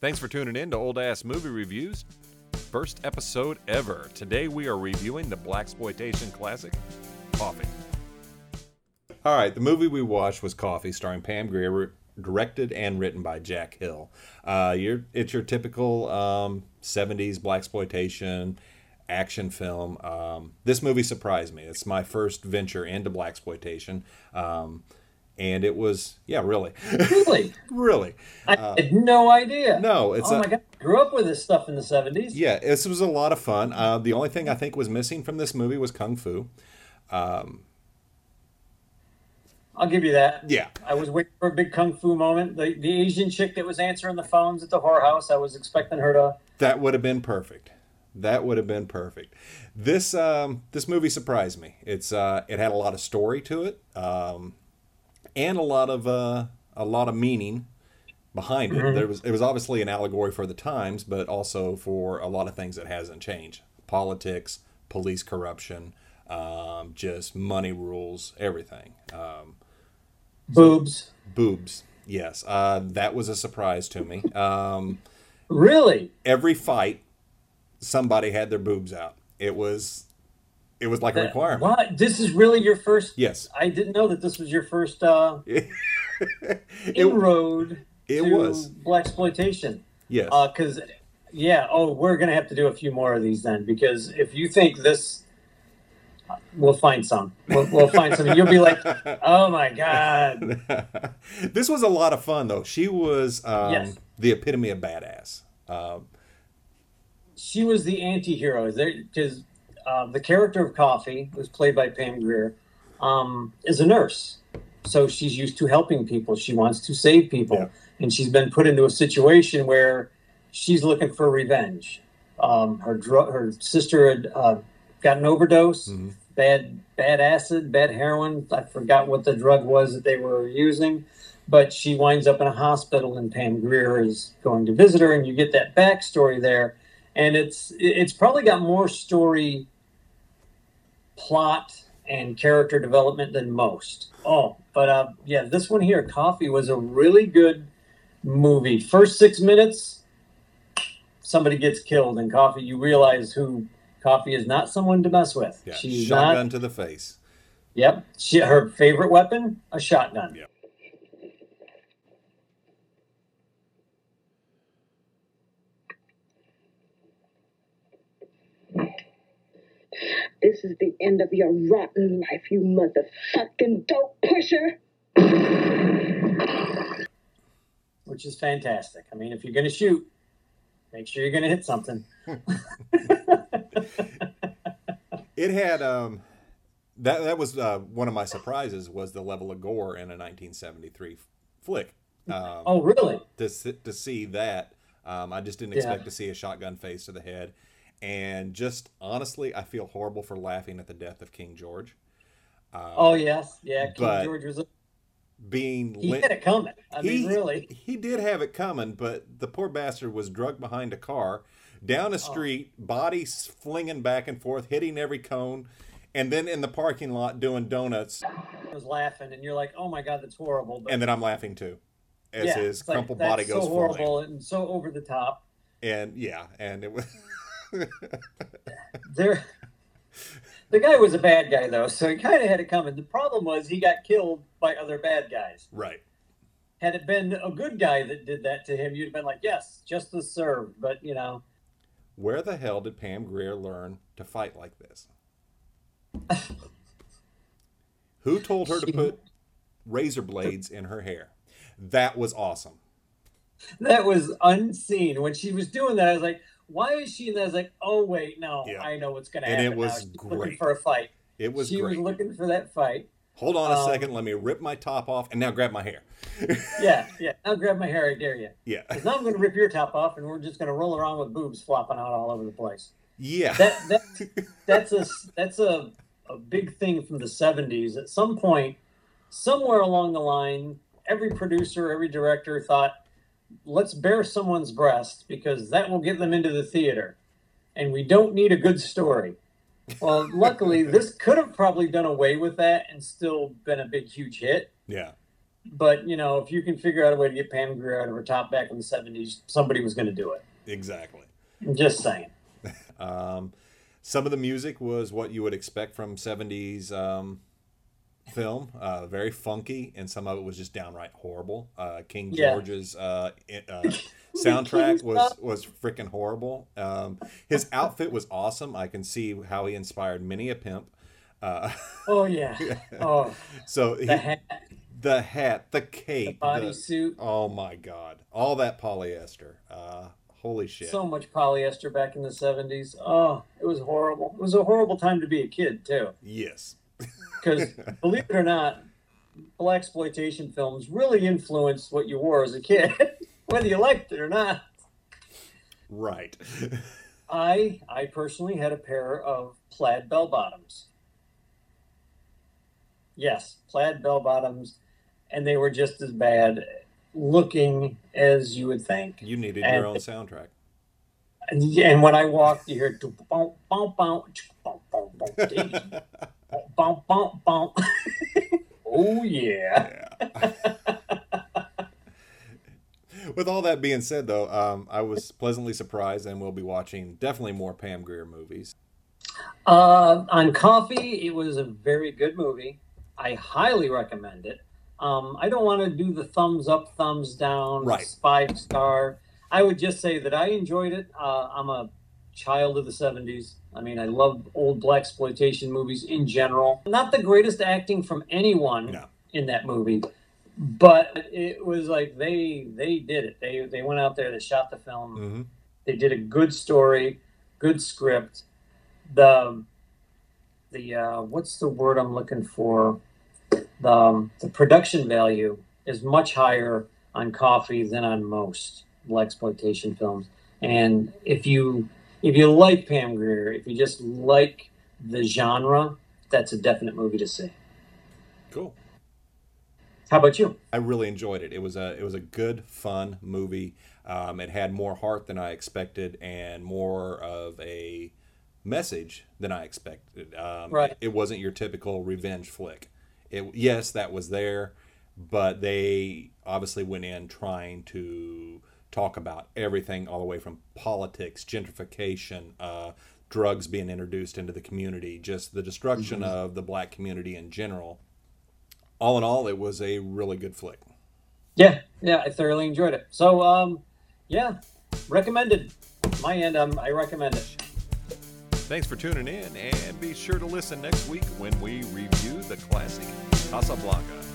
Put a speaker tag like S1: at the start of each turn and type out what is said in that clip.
S1: Thanks for tuning in to Old Ass Movie Reviews. First episode ever. Today we are reviewing the black exploitation classic, Coffee. All right, the movie we watched was Coffee, starring Pam Grier, directed and written by Jack Hill. Uh, your it's your typical um, '70s black exploitation action film. Um, this movie surprised me. It's my first venture into black exploitation, um, and it was yeah, really,
S2: Really?
S1: really.
S2: I had no idea.
S1: Uh, No, it's
S2: Oh
S1: a-
S2: my god! I grew up with this stuff in the seventies.
S1: Yeah, this was a lot of fun. Uh, the only thing I think was missing from this movie was kung fu.
S2: I'll give you that.
S1: Yeah,
S2: I was waiting for a big kung fu moment. The the Asian chick that was answering the phones at the whorehouse. I was expecting her to.
S1: that would have been perfect. That would have been perfect. This um, this movie surprised me. It's uh, it had a lot of story to it, um, and a lot of uh, a lot of meaning behind it. There was it was obviously an allegory for the times, but also for a lot of things that hasn't changed: politics, police corruption, um, just money rules, everything.
S2: Boobs.
S1: boobs. Yes, uh, that was a surprise to me. Um,
S2: Really?
S1: every fight, somebody had their boobs out. It was, it was like a requirement.
S2: What? This is really your first.
S1: Yes,
S2: I didn't know that this was your first uh, inroad.
S1: it
S2: to
S1: was.
S2: black exploitation.
S1: yes,
S2: Because Uh, yeah. Oh, we're gonna have to do a few more of these then. Because if you think this. We'll find some. We'll, we'll find some. You'll be like, "Oh my god,
S1: this was a lot of fun though. She was um,
S2: Yes.
S1: the epitome of badass. Um,
S2: she was the anti-hero because uh, the character of coffee who's played by pam Grier, um, is a nurse so she's used to helping people she wants to save people
S1: Yeah.
S2: and she's been put into a situation where she's looking for revenge um, her dru- her sister had uh, got an overdose bad bad acid bad heroin i forgot what the drug was that they were using but she winds up in a hospital and pam Grier is going to visit her and you get that backstory there and it's it's probably got more story plot and character development than most oh but uh yeah this one here coffee was a really good movie first six minutes somebody gets killed and coffee you realize who coffee is not someone to mess with
S1: yeah,
S2: she's
S1: shotgun
S2: not
S1: to the face.
S2: yep she, her favorite weapon a shotgun
S1: Yeah.
S3: This is the end of your rotten life, you motherfucking dope pusher.
S2: which is fantastic i mean if you're gonna shoot make sure you're gonna hit something
S1: It had um, that that was uh, one of my surprises was the level of gore in a 1973 flick. Um,
S2: oh really
S1: to s- to see that. Um, I just didn't
S2: Yeah.
S1: expect to see a shotgun face to the head, and just honestly, I feel horrible for laughing at the death of King George. Um,
S2: oh yes yeah king
S1: but-
S2: george was a
S1: being
S2: He
S1: lit-
S2: had it coming. I
S1: he-
S2: mean, really.
S1: he did have it coming, but the poor bastard was drugged behind a car
S2: Oh.
S1: down a street, body s- flinging back and forth, hitting every cone, and then in the parking lot doing donuts.
S2: I was laughing, and you're like, "Oh my god, that's horrible." But
S1: And then I'm laughing too, as
S2: yeah,
S1: his
S2: it's like,
S1: crumpled
S2: that's
S1: body goes
S2: so
S1: falling.
S2: horrible and so over the top.
S1: And yeah, and it was
S2: There, the guy was a bad guy though, so he kind of had it coming. The problem was he got killed by other bad guys.
S1: right.
S2: Had it been a good guy that did that to him, you'd have been like, "Yes, justice served." But you know,
S1: Where the hell did Pam Greer learn to fight like this? Who told her to
S2: She-
S1: put razor blades in her hair? That was awesome.
S2: that was unseen. When she was doing that, I was like, "Why is she?" And I was like, "Oh wait, no,
S1: Yeah.
S2: I know what's going to
S1: And
S2: happen."
S1: it
S2: now.
S1: was
S2: She's
S1: great.
S2: looking for a fight.
S1: It was
S2: she
S1: great.
S2: was looking for that fight.
S1: Hold on a
S2: um,
S1: second. Let me rip my top off and now grab my hair.
S2: Yeah, yeah. I'll grab my hair. I dare you.
S1: Yeah.
S2: Because now I'm going to rip your top off, and we're just going to roll around with boobs flopping out all over the place.
S1: Yeah.
S2: That that that's a that's a a big thing from the '70s. At some point, somewhere along the line, every producer, every director thought, "Let's bare someone's breast because that will get them into the theater, and we don't need a good story." Well, luckily, this could have probably done away with that and still been a big, huge hit
S1: yeah.
S2: But you know, if you can figure out a way to get Pam Grier out of her top back in the '70s, somebody was going to do it.
S1: Exactly.
S2: I'm just saying.
S1: Um, some of the music was what you would expect from 70s um, film, uh, very funky, and some of it was just downright horrible. Uh, King
S2: Yeah.
S1: George's uh, i- uh, soundtrack was was freaking horrible. Um, his outfit was awesome. I can see how he inspired many a pimp. Uh,
S2: Oh yeah. Oh,
S1: so he,
S2: the hat,
S1: the hat, the
S2: the
S1: cape,
S2: bodysuit.
S1: oh my god, all that polyester. Uh, holy shit.
S2: So much polyester back in the '70s. Oh, it was horrible. It was a horrible time to be a kid too.
S1: yes.
S2: because believe it or not, black exploitation films really influenced what you wore as a kid, whether you liked it or not.
S1: Right.
S2: I I personally had a pair of plaid bell bottoms. Yes, plaid bell bottoms, and they were just as bad looking as you would think.
S1: You needed
S2: And-
S1: your own soundtrack.
S2: And, and when I walked, you heard bump bump bump bump bump bump bump bump bump. Oh yeah.
S1: With all that being said, though, um, I was pleasantly surprised, and we'll be watching definitely more Pam Grier movies.
S2: Uh, on Coffee, it was a very good movie. I highly recommend it. Um, I don't want to do the thumbs up, thumbs down,
S1: Right.
S2: five star. I would just say that I enjoyed it. Uh, I'm a child of the 70s. I mean, I love old black exploitation movies in general. Not the greatest acting from anyone
S1: No.
S2: in that movie, but it was like they they did it. They they went out there, they shot the film
S1: Mm-hmm.
S2: they did a good story, good script. The the uh, what's the word I'm looking for? The, um, the production value is much higher on Coffee than on most black exploitation films. And if you if you like Pam Grier, if you just like the genre, that's a definite movie to see.
S1: Cool.
S2: How about you?
S1: I really enjoyed it. It was a it was a good, fun movie. Um, it had more heart than I expected, and more of a message than I expected. Um,
S2: Right.
S1: It wasn't your typical revenge flick. It yes, that was there, but they obviously went in trying to talk about everything, all the way from politics, gentrification, uh, drugs being introduced into the community, just the destruction of the black community in general. All in all, it was a really good flick.
S2: Yeah, yeah, I thoroughly enjoyed it. So, um, yeah, recommended. My end, um, I recommend it.
S1: Thanks for tuning in, and be sure to listen next week when we review the classic Casablanca.